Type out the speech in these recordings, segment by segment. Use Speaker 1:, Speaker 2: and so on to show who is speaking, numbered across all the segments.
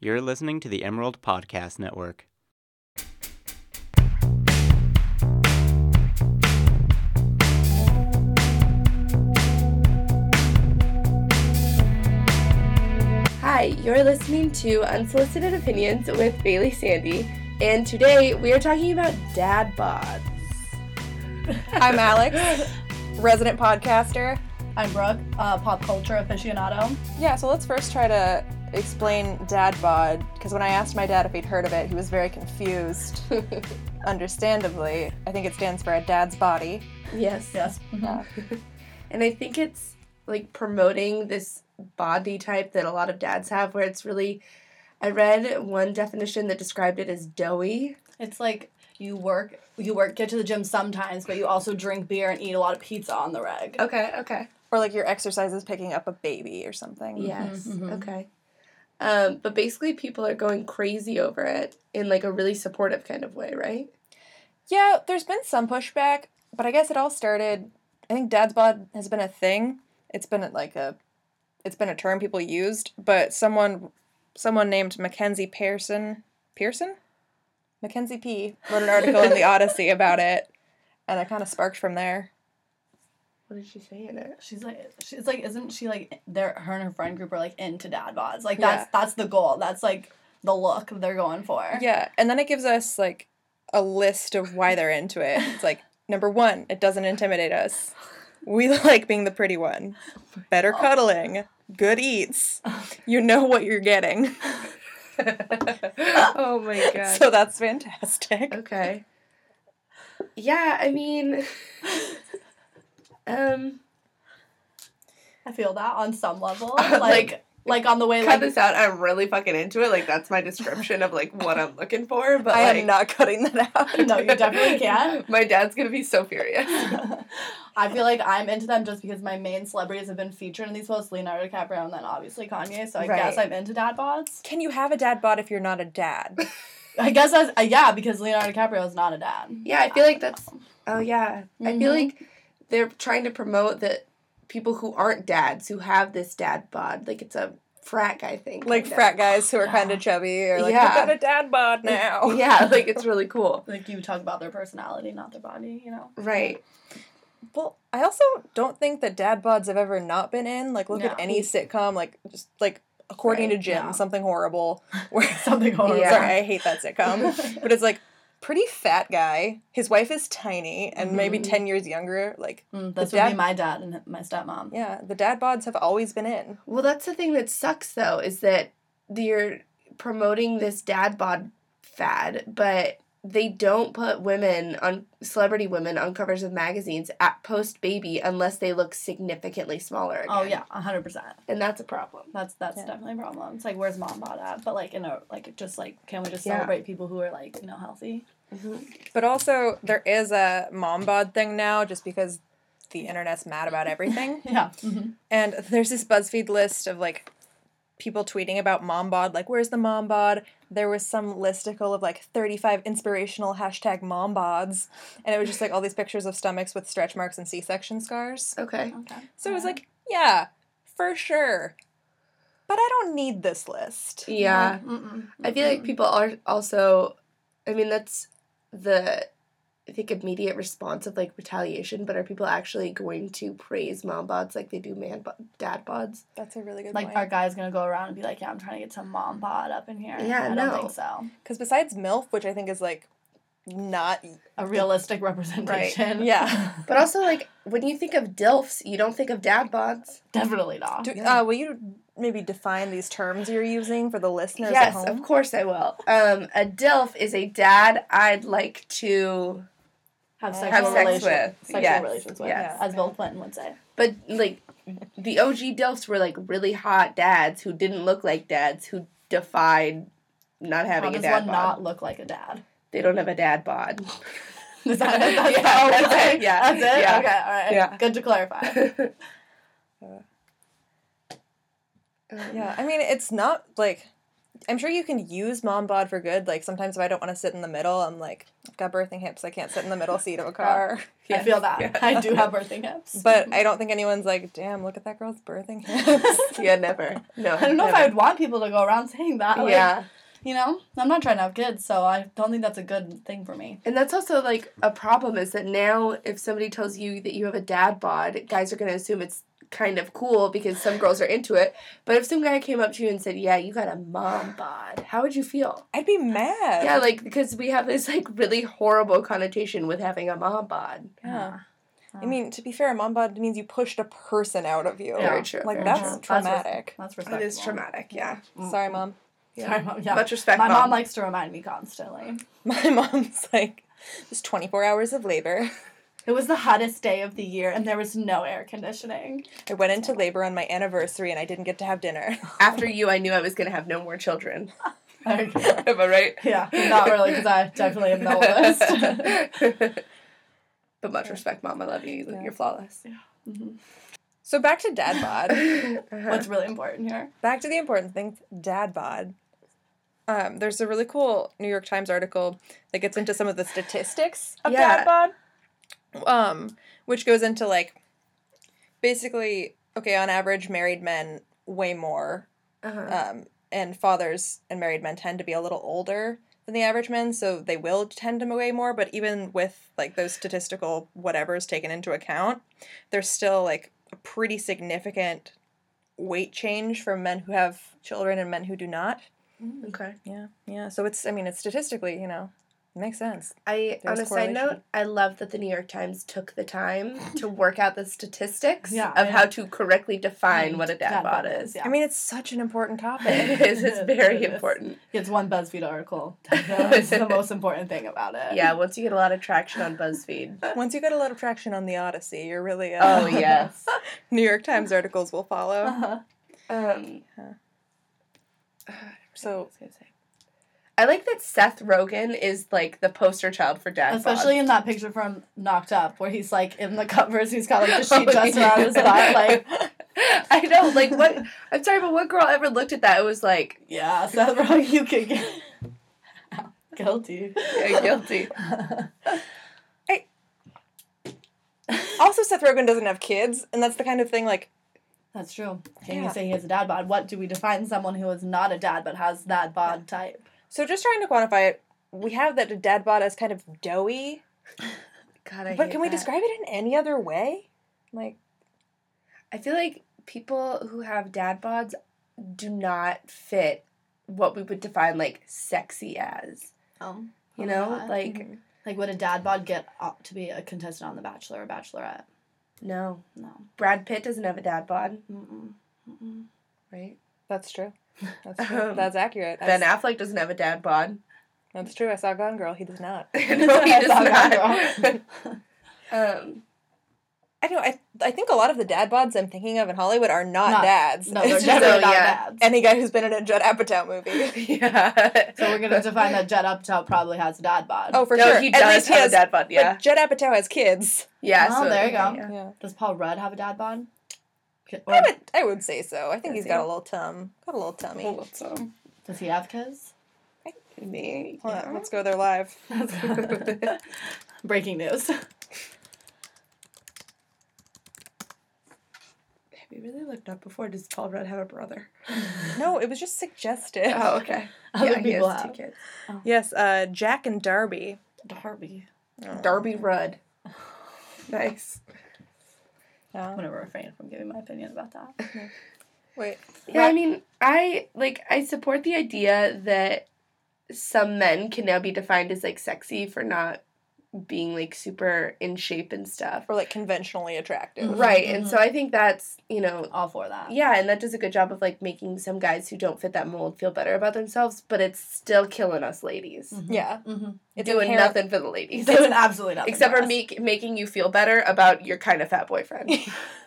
Speaker 1: You're listening to the Emerald Podcast Network.
Speaker 2: Hi, you're listening to Unsolicited Opinions with Bailey Sandy, and today we are talking about dad bods.
Speaker 3: I'm Alex, resident podcaster.
Speaker 4: I'm Brooke, uh, pop culture aficionado.
Speaker 3: Yeah, so let's first try to explain dad bod because when I asked my dad if he'd heard of it, he was very confused. Understandably, I think it stands for a dad's body.
Speaker 2: Yes.
Speaker 4: Yes. Mm-hmm.
Speaker 3: Yeah.
Speaker 2: And I think it's like promoting this body type that a lot of dads have where it's really I read one definition that described it as doughy.
Speaker 4: It's like you work, you work, get to the gym sometimes, but you also drink beer and eat a lot of pizza on the reg.
Speaker 2: Okay, okay.
Speaker 3: Or like your exercise is picking up a baby or something.
Speaker 2: Yes.
Speaker 4: mhm.
Speaker 2: Okay. Um, but basically people are going crazy over it in like a really supportive kind of way, right?
Speaker 3: Yeah, there's been some pushback, but I guess it all started. I think dad's bod has been a thing. It's been like a, it's been a term people used, but someone, someone named Mackenzie Pearson, Pearson, Mackenzie P wrote an article in the Odyssey about it, and it kind of sparked from there.
Speaker 2: What did she say in it?
Speaker 4: She's like, she's like, isn't she like? They're her and her friend group are like into dad bods. Like
Speaker 3: Yeah.
Speaker 4: that's that's the goal. That's like the look they're going for.
Speaker 3: Yeah, and then it gives us like a list of why they're into it. It's like number one, it doesn't intimidate us. We like being the pretty one.
Speaker 2: Oh
Speaker 3: Better cuddling. Good eats. You know what you're getting.
Speaker 2: oh my god.
Speaker 3: So that's fantastic.
Speaker 2: Okay. Yeah, I mean, um,
Speaker 4: I feel that on some level,
Speaker 2: Uh,
Speaker 4: like
Speaker 2: like-
Speaker 4: like, on the way,
Speaker 2: cut
Speaker 4: like
Speaker 2: this out. I'm really fucking into it. Like that's my description of like what I'm looking for. But
Speaker 3: I
Speaker 2: like,
Speaker 3: am not cutting that out.
Speaker 4: No, you definitely can't.
Speaker 2: My dad's gonna be so furious.
Speaker 4: I feel like I'm into them just because my main celebrities have been featured in these posts: Leonardo DiCaprio and then obviously Kanye. So I
Speaker 2: Right.
Speaker 4: guess I'm into dad bods.
Speaker 3: Can you have a dad bod if you're not a dad?
Speaker 4: I guess as uh, yeah, because Leonardo DiCaprio is not a dad.
Speaker 2: Yeah, I feel like that's. Oh yeah, I feel
Speaker 4: Mhm.
Speaker 2: like they're trying to promote that people who aren't dads who have this dad bod, like it's a frat guy thing.
Speaker 3: Like
Speaker 2: kinda.
Speaker 3: frat guys who are kind of chubby or like,
Speaker 2: Yeah.
Speaker 3: I've got a dad bod now.
Speaker 2: Yeah, like it's really cool.
Speaker 4: Like you talk about their personality, not their body. You know.
Speaker 2: Right.
Speaker 3: Well, I also don't think that dad bods have ever not been in. Like, look at
Speaker 4: No.
Speaker 3: any sitcom, like just like according to
Speaker 2: Right,
Speaker 3: Jim,
Speaker 4: no.
Speaker 3: something horrible. Where
Speaker 4: Something horrible.
Speaker 2: Yeah. Um,
Speaker 3: sorry, I hate that sitcom, but it's like pretty fat guy. His wife is tiny and maybe
Speaker 2: Mhm.
Speaker 4: Mm-hmm.
Speaker 3: ten years younger. Like,
Speaker 4: Mm, this
Speaker 3: The
Speaker 4: would
Speaker 3: dad-
Speaker 4: be my dad and my stepmom.
Speaker 3: yeah, the dad bods have always been in.
Speaker 2: Well, that's the thing that sucks though is that they're promoting this dad bod fad, but they don't put women on celebrity women on covers of magazines at post baby unless they look significantly smaller. Again.
Speaker 4: Oh yeah, hundred percent.
Speaker 2: and that's a problem.
Speaker 4: That's that's
Speaker 3: Yeah.
Speaker 4: definitely a problem. It's like where's mom bod at? But like in a like just like can we just
Speaker 2: Yeah.
Speaker 4: celebrate people who are like you know healthy?
Speaker 3: But also, there is a mom bod thing now, just because the internet's mad about everything.
Speaker 4: Yeah. hmm
Speaker 3: And there's this BuzzFeed list of like people tweeting about mom bod, like where's the mom bod? There was some listicle of like 35 inspirational hashtag mom bods, and it was just like all these pictures of stomachs with stretch marks and C-section scars.
Speaker 2: Okay.
Speaker 4: Okay.
Speaker 3: So it was like, yeah, for sure. But I don't need this list.
Speaker 2: Yeah.
Speaker 4: Mm-mm.
Speaker 2: I feel like people are also I mean that's the I think immediate response of like retaliation, but are people actually going to praise mom bods like they do man bod, dad bods?
Speaker 3: That's a really good
Speaker 4: like our
Speaker 3: point.
Speaker 4: guy's gonna go around and be like, yeah, I'm trying to get some mom bod up in here.
Speaker 2: Yeah,
Speaker 4: I
Speaker 2: no.
Speaker 4: don't think so.
Speaker 3: Because besides MILF, which I think is like not
Speaker 4: A realistic representation.
Speaker 3: yeah.
Speaker 2: But also, like, when you think of DILFs, you don't think of dad bods.
Speaker 4: Definitely not.
Speaker 3: Do,
Speaker 2: Yeah.
Speaker 3: uh, will you maybe define these terms you're using for the listeners at
Speaker 2: yes,
Speaker 3: home?
Speaker 2: of course I will. Um, a DILF is a dad I'd like to.
Speaker 4: have
Speaker 3: Have
Speaker 4: sexual
Speaker 3: sex
Speaker 4: relations.
Speaker 2: with.
Speaker 4: Sexual
Speaker 2: Yes.
Speaker 4: relations with.
Speaker 2: Yes.
Speaker 4: As Bill Clinton would say.
Speaker 2: But, like, the OG DILFs were, like, really hot dads who didn't look like dads who defied not having
Speaker 4: How
Speaker 2: a
Speaker 4: does
Speaker 2: dad
Speaker 4: one
Speaker 2: bod.
Speaker 4: not look like a dad?
Speaker 2: They don't have a dad bod.
Speaker 4: Is that it?
Speaker 2: Yeah,
Speaker 4: oh,
Speaker 2: that's
Speaker 4: okay.
Speaker 2: it, yeah,
Speaker 4: That's it?
Speaker 2: yeah,
Speaker 4: Okay, all right.
Speaker 2: yeah.
Speaker 4: Good to clarify.
Speaker 2: Um,
Speaker 3: Yeah, I mean, it's not like I'm sure you can use mom bod for good. Like sometimes if I don't want to sit in the middle, I'm like, I've got birthing hips. I can't sit in the middle seat of a car.
Speaker 4: I feel that.
Speaker 3: Yeah.
Speaker 4: I do have birthing hips.
Speaker 3: But I don't think anyone's like, damn, look at that girl's birthing hips.
Speaker 2: yeah, never. No.
Speaker 4: I don't know if I would want people to go around saying that. like,
Speaker 2: Yeah.
Speaker 4: You know, I'm not trying to have kids, so I don't think that's a good thing for me.
Speaker 2: And that's also like a problem is that now if somebody tells you that you have a dad bod, guys are gonna assume it's kind of cool because some girls are into it. But if some guy came up to you and said, "Yeah, you got a mom bod," how would you feel?
Speaker 3: I'd be mad.
Speaker 2: Yeah, like because we have this like really horrible connotation with having a mom bod.
Speaker 3: Yeah. I mean, to be fair, mom bod means you pushed a person out of you.
Speaker 2: Very true, Mm,
Speaker 3: Like
Speaker 2: very
Speaker 3: that's
Speaker 4: true.
Speaker 3: traumatic.
Speaker 4: That's respectable.
Speaker 2: traumatic. Yeah.
Speaker 3: Sorry, mom. yeah.
Speaker 4: Sorry, Mom, yeah.
Speaker 2: Much respect,
Speaker 4: My mom.
Speaker 2: Mom.
Speaker 4: likes to remind me constantly.
Speaker 3: My mom's like, there's 24 hours of labor.
Speaker 4: It was the hottest day of the year, and there was no air conditioning.
Speaker 3: I went into labor on my anniversary and I didn't get to have dinner.
Speaker 2: After you, I knew I was gonna have no more children.
Speaker 4: Like,
Speaker 2: Am I right?
Speaker 4: yeah, not really, because I definitely am the oldest.
Speaker 2: but much respect, Mom. I love you. You- You're flawless.
Speaker 3: So back to dad bod.
Speaker 2: Uh-huh.
Speaker 4: What's really important here?
Speaker 3: back to the important things dad bod um, there's a really cool new york times article that gets into some of the statistics of
Speaker 2: Yeah.
Speaker 3: dad bod um, which goes into like basically okay on average married men weigh more
Speaker 2: Uh-huh.
Speaker 3: um, and fathers and married men tend to be a little older than the average men so they will tend to weigh more but even with like those statistical whatever's taken into account there's still like a pretty significant weight change from men who have children and men who do not
Speaker 2: Okay.
Speaker 3: yeah yeah so it's i mean it's statistically you know it makes sense
Speaker 2: I
Speaker 3: There's
Speaker 2: on a side note,
Speaker 3: correlation.
Speaker 2: I love that the New York Times took the time to work out the statistics
Speaker 4: Yeah,
Speaker 2: of
Speaker 4: I-
Speaker 2: how to correctly define what a dad bod is.
Speaker 4: Yeah.
Speaker 3: i mean it's such an important topic
Speaker 2: it is. It's very
Speaker 4: It is.
Speaker 2: important.
Speaker 4: It's one BuzzFeed article. That's the most important thing about it.
Speaker 2: Yeah, once you get a lot of traction on BuzzFeed.
Speaker 3: once you get a lot of traction on the odyssey you're really uh,
Speaker 2: Oh yes.
Speaker 3: new york times articles will follow
Speaker 4: Uh-huh.
Speaker 2: Um,
Speaker 3: so
Speaker 2: I like that Seth Rogen is like the poster child for dad
Speaker 4: Especially
Speaker 2: bod.
Speaker 4: in that picture from Knocked Up, where he's like in the covers, he's got like the
Speaker 2: Oh,
Speaker 4: sheet just around his mouth, like
Speaker 2: I know, like what? I'm sorry, but what girl ever looked at that? It was like
Speaker 4: yeah, Seth Rogen, you could get guilty.
Speaker 2: yeah, guilty.
Speaker 3: Also, Seth Rogen doesn't have kids, and that's the kind of thing like
Speaker 4: That's true. Can
Speaker 3: Yeah.
Speaker 4: you say he has a dad bod? What do we define someone who is not a dad but has that bod type?
Speaker 3: so. Just trying to quantify it, we have that dad bod as kind of doughy,
Speaker 2: God, I
Speaker 3: but
Speaker 2: hate
Speaker 3: can we
Speaker 2: that.
Speaker 3: describe it in any other way? Like,
Speaker 2: I feel like people who have dad bods do not fit what we would define like sexy as.
Speaker 4: Um,
Speaker 2: You know,
Speaker 4: Okay.
Speaker 2: like
Speaker 3: mm,
Speaker 4: like would a dad bod get up to be a contestant on The Bachelor or Bachelorette?
Speaker 2: no,
Speaker 4: No.
Speaker 2: Brad Pitt doesn't have a dad bod,
Speaker 4: Mm-mm. Mm-mm.
Speaker 2: right?
Speaker 3: that's true. That's true.
Speaker 2: Um,
Speaker 3: that's accurate. I
Speaker 2: Ben
Speaker 3: s-
Speaker 2: Affleck doesn't have a dad bod.
Speaker 3: that's true. I saw Gone Girl. He does not.
Speaker 2: no, he does
Speaker 4: That's
Speaker 2: not.
Speaker 4: not wrong.
Speaker 2: um,
Speaker 3: I know. I I think a lot of the dad bods I'm thinking of in Hollywood are not,
Speaker 4: Not-
Speaker 3: dads.
Speaker 4: No,
Speaker 3: It's
Speaker 4: they're
Speaker 3: just
Speaker 4: definitely
Speaker 2: so,
Speaker 4: not
Speaker 2: yeah.
Speaker 4: dads.
Speaker 3: any guy who's been in a Judd Apatow movie.
Speaker 2: yeah.
Speaker 4: So we're gonna define that Jed Apatow probably has a dad bod.
Speaker 3: Oh, for
Speaker 2: no,
Speaker 3: sure.
Speaker 2: he
Speaker 3: At
Speaker 2: does
Speaker 3: least he
Speaker 2: have
Speaker 3: has.
Speaker 2: a dad bod. Yeah,
Speaker 3: But Judd Apatow has kids.
Speaker 2: yeah.
Speaker 4: Oh,
Speaker 2: so,
Speaker 4: there you go.
Speaker 2: yeah.
Speaker 3: Yeah.
Speaker 4: Does Paul Rudd have a dad bod? Ki- Or
Speaker 3: I would, I would say so. I think
Speaker 2: Does
Speaker 3: he's got
Speaker 2: he?
Speaker 3: a little tum, got a little tummy.
Speaker 2: Well, so,
Speaker 4: does he have kids?
Speaker 2: maybe,
Speaker 3: Hold on,
Speaker 2: yeah.
Speaker 3: let's go there live.
Speaker 4: Breaking news.
Speaker 2: Have you really looked up before? Does Paul Rudd have a brother?
Speaker 3: No, it was just suggested.
Speaker 2: Oh, okay.
Speaker 4: Other
Speaker 2: yeah, he
Speaker 4: people
Speaker 2: has two
Speaker 4: have.
Speaker 2: kids.
Speaker 3: Yes, uh, Jack and Darby.
Speaker 4: Darby.
Speaker 2: Darby Rudd. Nice.
Speaker 4: I'm gonna refrain from giving my opinion about that.
Speaker 3: Wait.
Speaker 2: Yeah, I mean, I like I support the idea that some men can now be defined as like sexy for not being like super in shape and stuff.
Speaker 3: Or like conventionally attractive.
Speaker 2: Right. And so I think that's, you know,
Speaker 4: All for that.
Speaker 2: yeah, and that does a good job of like making some guys who don't fit that mold feel better about themselves, but it's still killing us ladies.
Speaker 3: Yeah.
Speaker 4: Mm-hmm.
Speaker 3: It's
Speaker 2: Doing
Speaker 3: inherent-
Speaker 2: nothing for the ladies.
Speaker 4: Doing absolutely nothing.
Speaker 2: Except for
Speaker 4: us.
Speaker 2: make, making you feel better about your kind of fat boyfriend.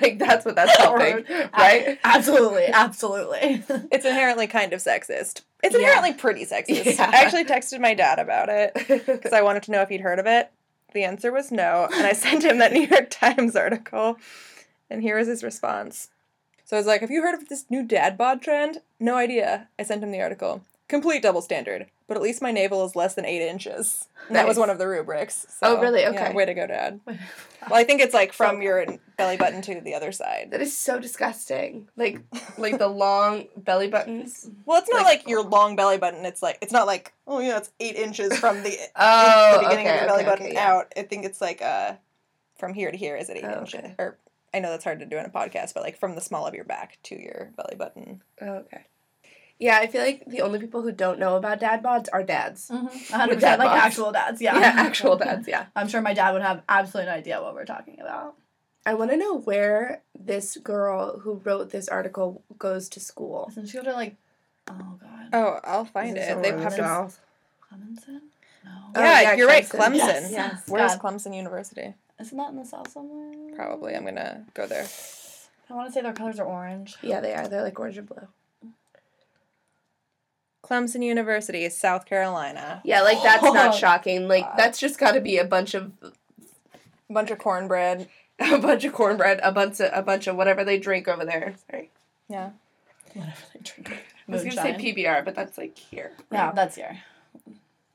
Speaker 2: like that's what that's helping,
Speaker 4: Ab-
Speaker 2: right?
Speaker 4: Absolutely, absolutely.
Speaker 3: It's inherently kind of sexist. It's
Speaker 2: Yeah.
Speaker 3: inherently pretty sexist.
Speaker 2: Yeah.
Speaker 3: I actually texted my dad about it because I wanted to know if he'd heard of it. The answer was no, and I sent him that New York Times article, and here was his response. So I was like, "Have you heard of this new dad bod trend?" No idea. I sent him the article. Complete double standard. But at least my navel is less than eight inches. And That was
Speaker 2: Nice.
Speaker 3: one of the rubrics.
Speaker 2: Oh,
Speaker 3: so,
Speaker 2: really?
Speaker 3: yeah,
Speaker 2: Okay.
Speaker 3: way to go, Dad. Well, I think it's like from your belly button to the other side.
Speaker 2: That is so disgusting. Like like the long belly buttons.
Speaker 3: Well, it's not
Speaker 2: Like-
Speaker 3: like, your long belly button. It's like it's not like oh yeah, it's eight inches from the,
Speaker 2: Oh,
Speaker 3: the beginning
Speaker 2: okay,
Speaker 3: of your belly
Speaker 2: okay,
Speaker 3: button
Speaker 2: okay, yeah.
Speaker 3: out. I think it's like uh, from here to here is it eight
Speaker 2: Oh,
Speaker 3: inches?
Speaker 2: okay.
Speaker 3: Or I know that's hard to do in a podcast, but like from the small of your back to your belly button.
Speaker 2: Oh, okay. Yeah, I feel like the only people who don't know about dad bods are dads.
Speaker 3: Mm.
Speaker 4: Mm-hmm. 100%.
Speaker 2: dad
Speaker 4: like
Speaker 2: bods.
Speaker 4: actual dads, yeah.
Speaker 2: Yeah, actual dads, yeah.
Speaker 4: I'm sure my dad would have absolutely no idea what we're talking about.
Speaker 2: I want to know where this girl who wrote this article goes to school.
Speaker 4: Doesn't she go to like, oh god,
Speaker 3: Oh, I'll find
Speaker 2: Is it
Speaker 3: it. They
Speaker 2: somewhere
Speaker 3: have
Speaker 2: in the
Speaker 3: to.
Speaker 2: South?
Speaker 4: Clemson? No.
Speaker 2: Oh,
Speaker 3: Uh, yeah,
Speaker 2: yeah,
Speaker 3: you're right.
Speaker 2: Clemson.
Speaker 3: Clemson.
Speaker 4: Yes, yes,
Speaker 3: Where's
Speaker 4: God.
Speaker 3: Clemson University?
Speaker 4: Isn't that in the south somewhere?
Speaker 3: Probably. I'm gonna go there.
Speaker 4: I want to say their colors are orange.
Speaker 2: Yeah, they are. They're like orange and blue.
Speaker 3: Clemson University is South Carolina.
Speaker 2: Yeah, like that's not shocking. Like
Speaker 3: God.
Speaker 2: that's just got to be a bunch of
Speaker 3: A bunch of cornbread.
Speaker 2: a bunch of cornbread, a bunch of a bunch of whatever they drink over there. Sorry.
Speaker 3: Yeah.
Speaker 4: Whatever they drink.
Speaker 2: I was going to say PBR, but that's like here.
Speaker 4: Yeah, that's here.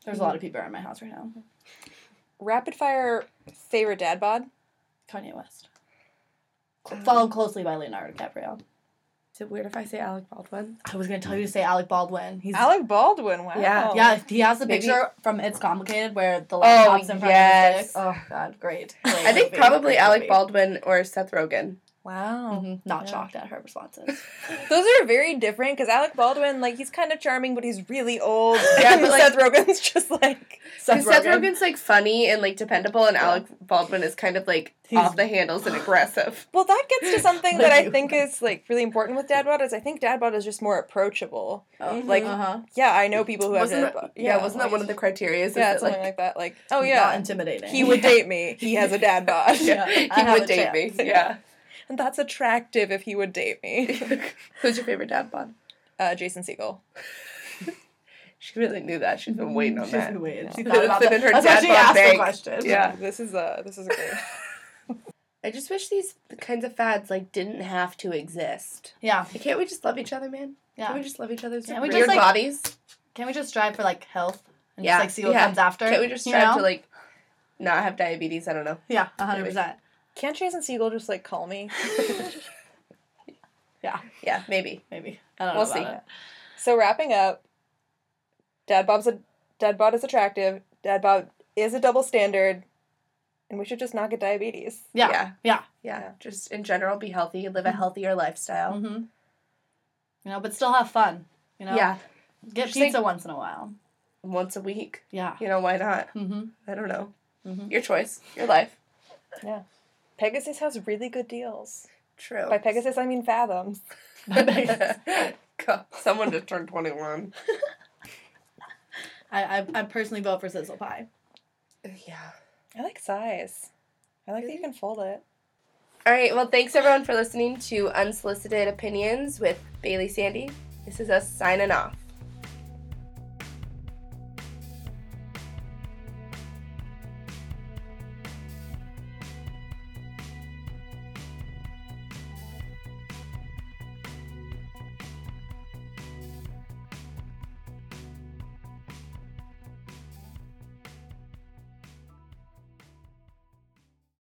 Speaker 4: There's a lot of people in my house right now.
Speaker 3: Rapid fire favorite dad bod.
Speaker 4: Kanye West.
Speaker 2: Um,
Speaker 4: Followed closely by Leonardo DiCaprio.
Speaker 2: Is it weird if I say Alec Baldwin?
Speaker 4: I was gonna tell you to say Alec Baldwin. He's
Speaker 3: Alec Baldwin. Wow.
Speaker 2: Yeah.
Speaker 4: yeah, he has a
Speaker 2: Oh. Maybe-
Speaker 4: picture from It's Complicated where the
Speaker 2: Oh,
Speaker 4: laptop's in front
Speaker 2: yes.
Speaker 4: of the dick. Oh god, great.
Speaker 2: I think probably Alec Baldwin or Seth Rogen.
Speaker 3: Wow.
Speaker 4: hmm Not
Speaker 3: Yeah.
Speaker 4: shocked at her responses.
Speaker 2: Mm-hmm.
Speaker 3: Those are very different because Alec Baldwin, like, he's kind of charming, but he's really old.
Speaker 2: Yeah,
Speaker 3: and
Speaker 2: but, like-
Speaker 3: Seth Rogen's just like.
Speaker 2: Because Seth Rogen's like funny and like dependable, and Alec Baldwin is kind of like
Speaker 4: He's-
Speaker 2: off the handles and aggressive.
Speaker 3: Well, that gets to something that I
Speaker 4: Like-
Speaker 3: think is like really important with dad bod is I think dad bod is just more approachable.
Speaker 4: Oh,
Speaker 3: Like,
Speaker 4: uh-huh.
Speaker 3: Yeah, I know people who have
Speaker 2: Wasn't
Speaker 3: dad
Speaker 2: that,
Speaker 3: bod.
Speaker 2: yeah, wasn't that one of the criteria? Is
Speaker 3: Yeah,
Speaker 2: that
Speaker 3: something
Speaker 2: like,
Speaker 3: like, that. Like, oh
Speaker 4: Not
Speaker 3: yeah,
Speaker 4: intimidating.
Speaker 3: he would date me. He has a dad bod.
Speaker 4: Yeah. I
Speaker 2: he
Speaker 4: have
Speaker 2: would
Speaker 4: a
Speaker 2: date
Speaker 4: chance.
Speaker 2: me? Yeah.
Speaker 3: and that's attractive if he would date me.
Speaker 2: Who's your favorite dad bod?
Speaker 3: Uh, Jason Segel.
Speaker 2: She really knew that. She's been waiting on
Speaker 4: She's
Speaker 2: that.
Speaker 4: been waiting. She
Speaker 2: Yeah.
Speaker 4: thought about
Speaker 2: It's been
Speaker 4: that.
Speaker 2: in her
Speaker 4: That's why
Speaker 2: dad
Speaker 4: she
Speaker 2: bod
Speaker 4: asked the
Speaker 2: bank.
Speaker 4: question.
Speaker 2: Yeah.
Speaker 3: this is uh, this is great.
Speaker 2: I just wish these kinds of fads like didn't have to exist.
Speaker 4: Yeah.
Speaker 2: Like, Can't we just love each other, man?
Speaker 4: Yeah.
Speaker 2: Can't we just love each other's
Speaker 4: Can't we
Speaker 2: weird
Speaker 4: just, like-
Speaker 2: bodies?
Speaker 4: Can we just strive for like health and
Speaker 2: Yeah,
Speaker 4: just like see what
Speaker 2: yeah.
Speaker 4: comes after?
Speaker 2: Can't we just
Speaker 4: you
Speaker 2: try
Speaker 4: know?
Speaker 2: to like not have diabetes? I don't know.
Speaker 4: Yeah, hundred percent.
Speaker 3: Can't Jason Segel just like call me?
Speaker 4: Yeah,
Speaker 2: Yeah, maybe.
Speaker 4: maybe. I don't
Speaker 3: We'll
Speaker 4: know.
Speaker 3: see.
Speaker 4: about
Speaker 3: So wrapping up, Dad Bob's a Dad Bod is attractive. Dad Bob is a double standard, and we should just not get diabetes.
Speaker 4: it. Yeah.
Speaker 2: Yeah.
Speaker 4: yeah.
Speaker 2: Yeah. Just in general, be healthy, live a healthier lifestyle.
Speaker 4: Mm-hmm. You know, but still have fun. You know,
Speaker 2: Yeah.
Speaker 4: Get
Speaker 2: Just, like-
Speaker 4: pizza once in a while.
Speaker 2: Once a week.
Speaker 4: Yeah.
Speaker 2: You know, why not?
Speaker 4: Mm-hmm.
Speaker 2: I don't know.
Speaker 4: Mhm.
Speaker 2: Your choice. Your life.
Speaker 3: Pegasus has really good deals.
Speaker 2: True.
Speaker 3: By Pegasus, I mean Fathoms.
Speaker 2: God, Someone just turned 21.
Speaker 4: I, I I personally vote for sizzle pie.
Speaker 2: Yeah.
Speaker 3: I like size. I like that you can fold it.
Speaker 2: All right. Well, thanks everyone for listening to Unsolicited Opinions with Bailey Sandy. This is us signing off.